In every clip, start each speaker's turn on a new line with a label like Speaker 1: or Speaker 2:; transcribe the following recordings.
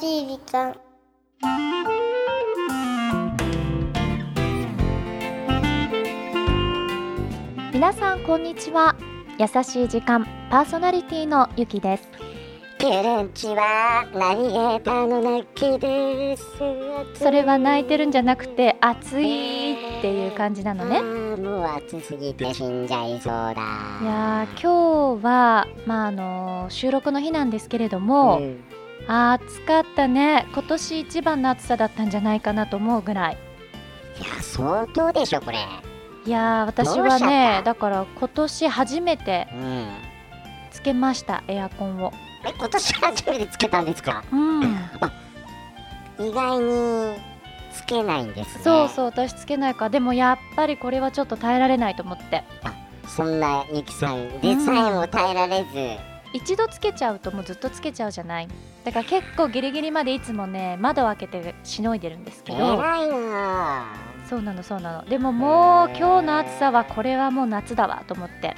Speaker 1: しい時間
Speaker 2: 皆さんこんにちは優しい時間パーソナリティのゆきです
Speaker 1: ケレンチはナビゲーターのナッキーです
Speaker 2: それは泣いてるんじゃなくて暑いっていう感じなのね
Speaker 1: あーもう暑すぎて死んじゃいそうだ
Speaker 2: いやー今日は、まあ、あの収録の日なんですけれども、
Speaker 1: うん
Speaker 2: 暑かったね今年一番の暑さだったんじゃないかなと思うぐらい
Speaker 1: いや相当でしょこれ
Speaker 2: いやー私
Speaker 1: どう
Speaker 2: は
Speaker 1: しちゃ
Speaker 2: ね
Speaker 1: った
Speaker 2: だから今年初めて
Speaker 1: うん
Speaker 2: つけましたエアコンを
Speaker 1: え今年初めてつけたんですか
Speaker 2: うん
Speaker 1: 意外につけないんですね
Speaker 2: そうそう私つけないからでもやっぱりこれはちょっと耐えられないと思って
Speaker 1: そんなゆきさんでさえも耐えられず、
Speaker 2: 一度つけちゃうともうずっとつけちゃうじゃないだから結構ギリギリまでいつもね窓を開けてしのいでるんですけど
Speaker 1: 偉いなあ
Speaker 2: そうなのそうなのでももう
Speaker 1: へー
Speaker 2: 今日の暑さはこれはもう夏だわと思って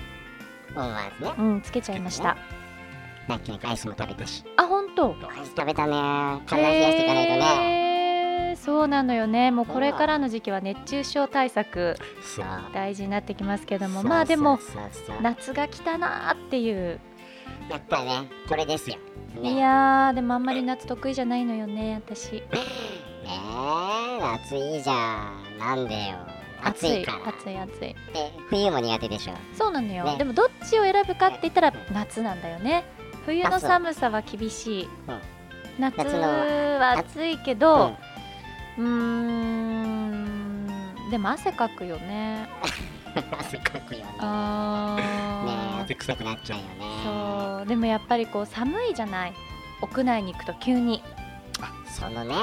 Speaker 1: 思わずね
Speaker 2: うんつけちゃいました
Speaker 1: ナッキーアイスも食べたし
Speaker 2: あ本当
Speaker 1: アイス食べたね体冷やしていかないとね、
Speaker 2: へーそうなのよねもうこれからの時期は熱中症対策
Speaker 1: そう
Speaker 2: 大事になってきますけ
Speaker 1: で
Speaker 2: どもまあでも
Speaker 1: そうそうそう
Speaker 2: 夏が来たなーっていう
Speaker 1: やっぱねこれですよね
Speaker 2: いやーでもあんまり夏得意じゃないのよね私
Speaker 1: ねえ夏いいじゃんなんでよ暑いから
Speaker 2: 暑い暑い
Speaker 1: で冬も苦手でしょ
Speaker 2: そうなのよ、
Speaker 1: ね
Speaker 2: でもどっちを選ぶかって言ったら夏なんだよね冬の寒さは厳しい、
Speaker 1: うん
Speaker 2: 夏
Speaker 1: 夏の
Speaker 2: は暑いけ
Speaker 1: ん
Speaker 2: どうーんでも汗かくよね
Speaker 1: 汗かくよねねえ
Speaker 2: あー
Speaker 1: 汗臭くなっちゃうよね
Speaker 2: そうでもやっぱりこう寒いじゃない屋内に行くと急に
Speaker 1: そのね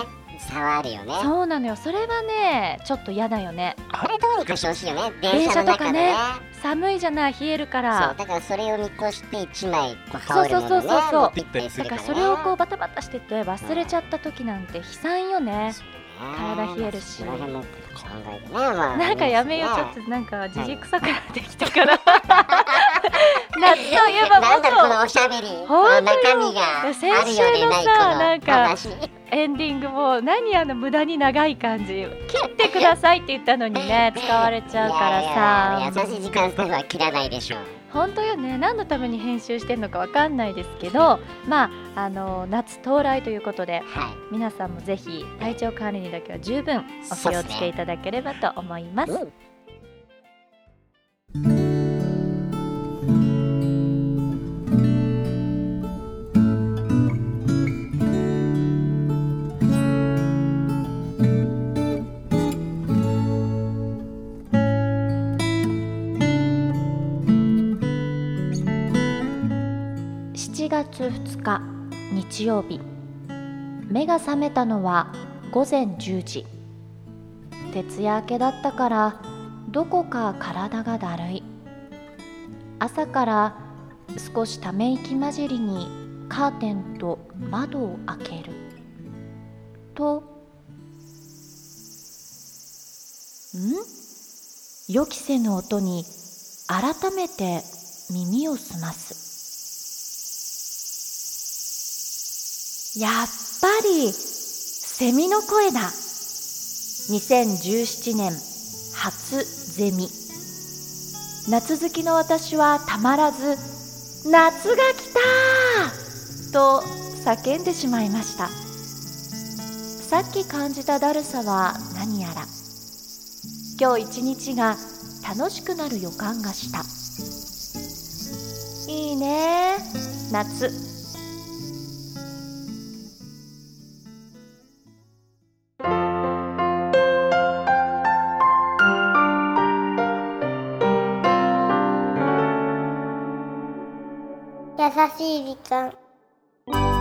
Speaker 1: 差はあるよね
Speaker 2: そうなのよそれはねちょっと嫌だよね
Speaker 1: あれどうにかしてほしいよね電
Speaker 2: 電
Speaker 1: 車
Speaker 2: 車
Speaker 1: の
Speaker 2: と
Speaker 1: 中で
Speaker 2: かね
Speaker 1: ね
Speaker 2: 寒いじゃない冷えるか
Speaker 1: そう
Speaker 2: ら
Speaker 1: だからそれを見越して一枚こう羽織るものね
Speaker 2: そうそうそうそう
Speaker 1: 持って行ったりす
Speaker 2: だ
Speaker 1: る
Speaker 2: か
Speaker 1: かららね
Speaker 2: それをこうバタバタしてて忘れちゃった時なんて悲惨よね
Speaker 1: そうね
Speaker 2: 体冷えるし
Speaker 1: その辺も考えてねまあ
Speaker 2: なんかやめよう、
Speaker 1: ね
Speaker 2: ちょっとなんかじじくさくなってきたから。夏といえば
Speaker 1: なんだこの
Speaker 2: もっ
Speaker 1: おしゃべりこ
Speaker 2: 当
Speaker 1: の
Speaker 2: よ
Speaker 1: 中身があるようで
Speaker 2: 先週のさ
Speaker 1: な
Speaker 2: ないん
Speaker 1: この
Speaker 2: か
Speaker 1: 話
Speaker 2: とエンディングも何あの無駄に長い感じ切ってくださいって言ったのにね使われちゃうから
Speaker 1: いやいや優
Speaker 2: さ
Speaker 1: しい時間帯は切らないでしょう
Speaker 2: 本当よね何のために編集してんのかわかんないですけどまああの夏到来ということで
Speaker 1: は
Speaker 2: 皆さんもぜひ体調管理にだけは十分お気をつけいただければと思いま
Speaker 1: い、
Speaker 2: す。
Speaker 1: うん、
Speaker 2: 7月2日日曜日目が覚めたのは午前10時徹夜明けだったからどこか体がだるい朝から少しため息混じりにカーテンと窓を開けるとん予期せぬ音に改めて耳を澄ますやっぱりセミの声だ2017年初ゼミ夏好きの私はたまらず「夏が来た!」と叫んでしまいましたさっき感じただるさは何やら今日一日が楽しくなる予感がしたいいね夏
Speaker 1: 優しい時間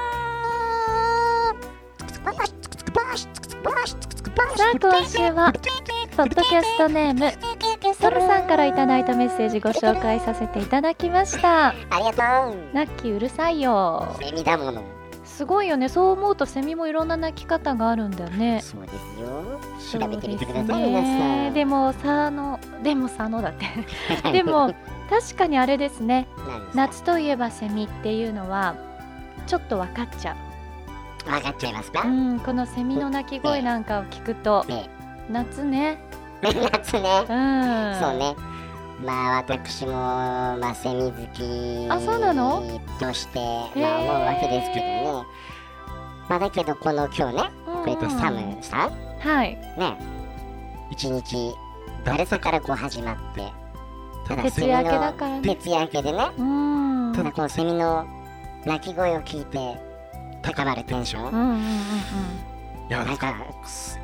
Speaker 2: さあ今週はポッドキャストネームトルさんからいただいたメッセージご紹介させていただきました
Speaker 1: ありがとう
Speaker 2: ラッキーうるさいよ
Speaker 1: セミだもの
Speaker 2: すごいよねそう思うとセミもいろんな鳴き方があるんだよね
Speaker 1: そうです
Speaker 2: そ
Speaker 1: よ調
Speaker 2: う
Speaker 1: べて
Speaker 2: で
Speaker 1: みて
Speaker 2: す
Speaker 1: ください皆さ
Speaker 2: ね
Speaker 1: ん
Speaker 2: でもさのでもさのだってでも確かにあれですね
Speaker 1: 夏
Speaker 2: 夏といえばセミっていうのはちょっと分かっちゃ
Speaker 1: わかっちゃいます
Speaker 2: う、う
Speaker 1: か
Speaker 2: ん、このセミの鳴き声なんかを聞くと
Speaker 1: ね
Speaker 2: 夏ね
Speaker 1: 夏ね
Speaker 2: うん
Speaker 1: そうね。まあ私も、まあ、セミ好き
Speaker 2: あそうなの
Speaker 1: として、
Speaker 2: へ
Speaker 1: まあ、
Speaker 2: ー
Speaker 1: 思うわけですけどね。まあ、だけどこの今日ね、
Speaker 2: うん
Speaker 1: こうやってサムさん、
Speaker 2: はい
Speaker 1: ね、一日誰さからこう始まって、ただ
Speaker 2: 徹
Speaker 1: セミ
Speaker 2: 夜明けだ
Speaker 1: の
Speaker 2: からね
Speaker 1: 徹夜明けでね、
Speaker 2: うん
Speaker 1: ただこのセミの鳴き声を聞いて高まるテンショ
Speaker 2: う
Speaker 1: ン、
Speaker 2: んうんうんうん
Speaker 3: いや
Speaker 1: なんか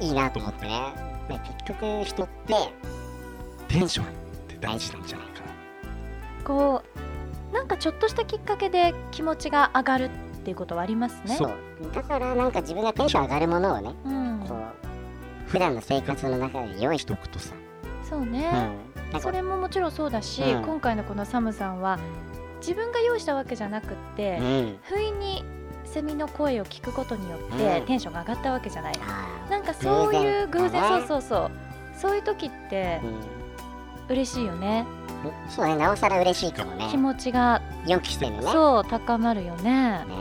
Speaker 1: いいなと思ってね。ね結局人って
Speaker 3: テンションって大事なんじゃないかな
Speaker 2: こうなんかちょっとしたきっかけで気持ちが上がるっていうことはありますね
Speaker 1: そうだからなんか自分がテンション上がるものをね
Speaker 2: うん、
Speaker 1: こう普段の生活の中で用意し
Speaker 3: 一
Speaker 1: とく、
Speaker 3: 言さ
Speaker 2: そう
Speaker 1: う
Speaker 2: ね
Speaker 1: ん、なん
Speaker 2: そ
Speaker 1: か
Speaker 2: れももちろんそうだし、
Speaker 1: うん
Speaker 2: 今回のこのサムさんは自分が用意したわけじゃなくって、
Speaker 1: うん
Speaker 2: 不意にセミの声を聞くことによっ
Speaker 1: う
Speaker 2: て
Speaker 1: ん
Speaker 2: テンションが上がったわけじゃない、
Speaker 1: あ
Speaker 2: なんかそういう偶
Speaker 1: 偶然
Speaker 2: 然
Speaker 1: だね
Speaker 2: そうそうそうそういう時って
Speaker 1: ーうん
Speaker 2: 嬉しいよね
Speaker 1: そうねなおさら嬉しいかもね
Speaker 2: 気持ちが
Speaker 1: 予期してるねね
Speaker 2: そう高まるよね
Speaker 1: え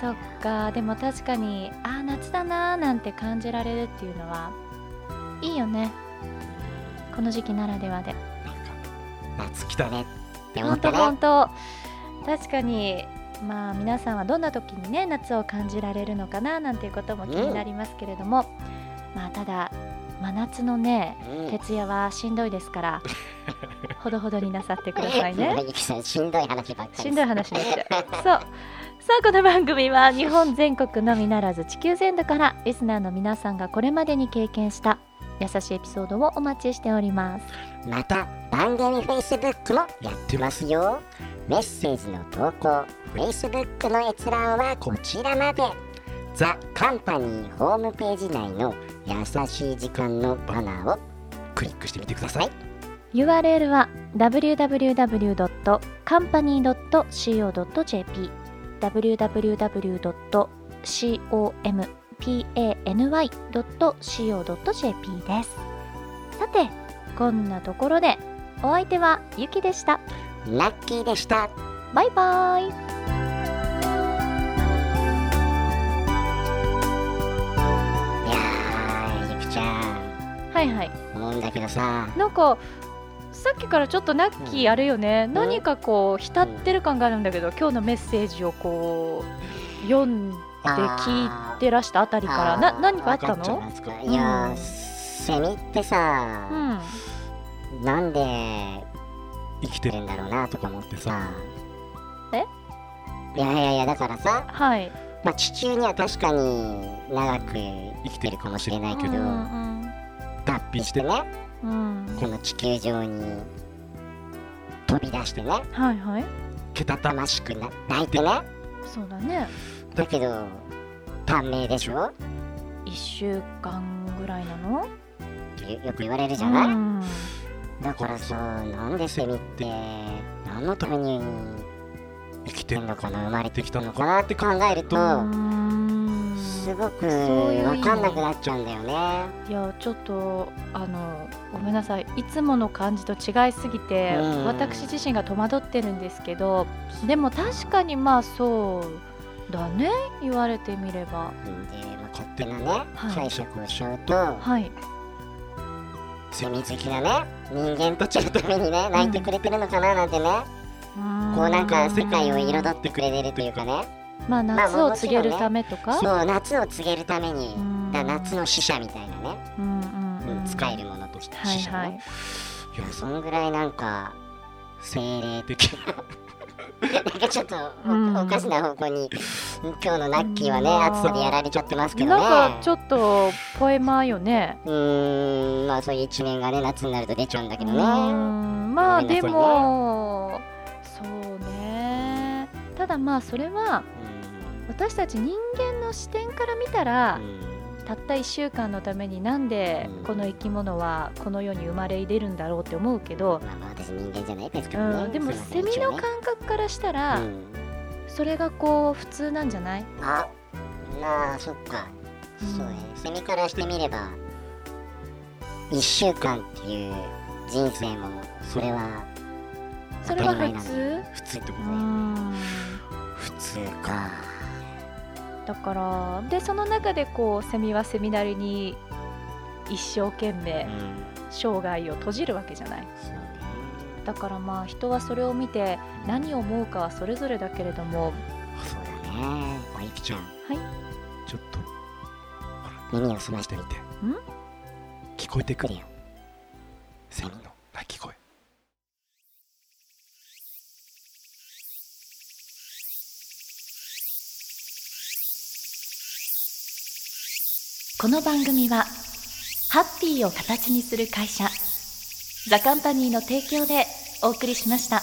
Speaker 2: そっかでも確かにあー夏だなーなんて感じられるっていうのはいいよねこの時期ならではで
Speaker 3: なんか夏来たね
Speaker 1: って思
Speaker 2: 本
Speaker 1: った
Speaker 2: 当
Speaker 1: ね
Speaker 2: 本当確かにまあ皆さんはどんな時にね夏を感じられるのかななんていうことも気になりますけれども、まあただ真夏のね
Speaker 1: うん
Speaker 2: 徹夜はしんどいですから ほどほどになさってくださいね
Speaker 1: 村木さんしんどい話ばっかりです
Speaker 2: しんどい話になっちゃうそうさあこの番組は日本全国のみならず地球全土からリスナーの皆さんがこれまでに経験した優しいエピソードをお待ちしております
Speaker 1: また番組 Facebook もやってますよメッセージの投稿 Facebook の閲覧はこちらまでザ・カンパニーホームページ内の「優しい時間」のバナーを
Speaker 3: クリックしてみてください
Speaker 2: URL は www.company.co.jp www.company.co.jp ですさてこんなところでお相手はゆきでした
Speaker 1: ラッキーでした
Speaker 2: バイバイ
Speaker 1: いやーゆきちゃん
Speaker 2: はいはい
Speaker 1: 思うんだけどさ
Speaker 2: なんかさっきからちょっとナッキーあれよね、
Speaker 1: ん
Speaker 2: 何かこう浸ってる感があるんだけど、今日のメッセージをこう読んで聞いてらしたあたりからな何かあった
Speaker 1: わか
Speaker 2: の
Speaker 1: ちゃいますかいやーセミって
Speaker 2: う
Speaker 1: さ、
Speaker 2: ん、
Speaker 1: なんで
Speaker 3: 生きて
Speaker 1: 出る
Speaker 3: る
Speaker 1: んだろうなとか思ってさ
Speaker 2: え
Speaker 1: いやいやいやだからさ、
Speaker 2: はい
Speaker 1: まあ、地球には確かに長く生きてるかもしれないけど、
Speaker 2: うん
Speaker 1: 脱皮してね
Speaker 2: うんうん
Speaker 1: この地球上に飛び出してね
Speaker 2: はいはい
Speaker 3: けたた
Speaker 1: たましくな泣いてね
Speaker 2: そうだね
Speaker 1: だけど短命でしょっ
Speaker 2: 1週間ぐらいなの
Speaker 1: てよく言われるじゃない、
Speaker 2: うん
Speaker 1: だからさなんでセミって何のために
Speaker 3: 生き
Speaker 1: 生き
Speaker 3: て
Speaker 1: て
Speaker 3: ん
Speaker 1: ん
Speaker 3: の
Speaker 1: の
Speaker 3: か
Speaker 1: か
Speaker 3: な生ま
Speaker 1: な生ま
Speaker 3: れ
Speaker 1: れ
Speaker 3: て
Speaker 1: て
Speaker 3: き
Speaker 1: き
Speaker 3: た
Speaker 1: た
Speaker 3: の
Speaker 1: の
Speaker 3: か
Speaker 1: か
Speaker 3: な
Speaker 1: なって考えると、
Speaker 2: うん
Speaker 1: すごく
Speaker 2: そういう意味
Speaker 1: 分かんなくなっちゃうんだよね。
Speaker 2: いやちょっとあのごめんなさいいつもの感じと違いすぎて、
Speaker 1: うん
Speaker 2: 私自身が戸惑ってるんですけどでも確かにまあそうだね言われてみれば
Speaker 1: で、まあ、勝手なね
Speaker 2: はい
Speaker 1: 解釈をしちゃうと、
Speaker 2: はい
Speaker 1: セミ好きなね人間たちのためにね泣いてくれてるのかななんてね、こうなんか世界を彩ってくれてるというかね
Speaker 2: まあ夏を告げるためとか、
Speaker 1: そう夏を告げるために
Speaker 2: うん
Speaker 1: だから夏の使者みたいなね、
Speaker 2: うんうんうん
Speaker 1: 使えるものとして
Speaker 2: はい
Speaker 1: 使者ね、
Speaker 2: はいい
Speaker 1: やそんぐらいなんか精霊的 ななんかちょっとお,、
Speaker 2: うん
Speaker 1: かしな方向に今日のラッキーは
Speaker 2: う
Speaker 1: ね
Speaker 2: ん
Speaker 1: 暑さでやられちゃってますけどね
Speaker 2: なんかちょっとポエマーよね
Speaker 1: うーんまあそういう一面がね夏になると出ちゃうんだけ
Speaker 2: う
Speaker 1: ど
Speaker 2: ん
Speaker 1: ね、
Speaker 2: まあでもそうねただまあそれは
Speaker 1: うん
Speaker 2: 私たち人間の視点から見たら、
Speaker 1: うん
Speaker 2: たった1週間のためになんで
Speaker 1: うん
Speaker 2: この生き物はこの世に生まれ出るんだろうって思うけど、
Speaker 1: まあまあ私人間じゃないですか
Speaker 2: う
Speaker 1: らね、
Speaker 2: ん、でも
Speaker 1: すい
Speaker 2: セ
Speaker 1: ま
Speaker 2: ミ
Speaker 1: せん
Speaker 2: の感覚からしたら、
Speaker 1: うん
Speaker 2: それがこう普通なんじゃない
Speaker 1: あまあそっか、
Speaker 2: うん
Speaker 1: そうねセミからしてみれば1週間っていう人生もそれは
Speaker 2: それは普
Speaker 1: 当たり前
Speaker 2: 通
Speaker 3: 普通ってこと
Speaker 2: う
Speaker 3: だ
Speaker 2: ん
Speaker 1: 普通か
Speaker 2: だからでその中でこうセミはセミなりに一生懸
Speaker 1: う
Speaker 2: 命
Speaker 1: ん
Speaker 2: 生涯を閉じるわけじゃない
Speaker 1: そうね
Speaker 2: だからまあ人はそれを見て何を思うかはそれぞれだけれども
Speaker 1: そうだね
Speaker 3: あゆきちゃん
Speaker 2: はい
Speaker 3: ちょっと
Speaker 1: 耳を
Speaker 3: 済
Speaker 1: 澄
Speaker 3: ま
Speaker 1: ま
Speaker 3: し
Speaker 1: してて
Speaker 3: み
Speaker 1: み
Speaker 3: て聞
Speaker 1: て
Speaker 3: こえてく
Speaker 1: く
Speaker 3: る
Speaker 1: れよ
Speaker 3: セミの鳴き声
Speaker 2: この番組はハッピーを形にする会社ザカンパニーの提供でお送りしました。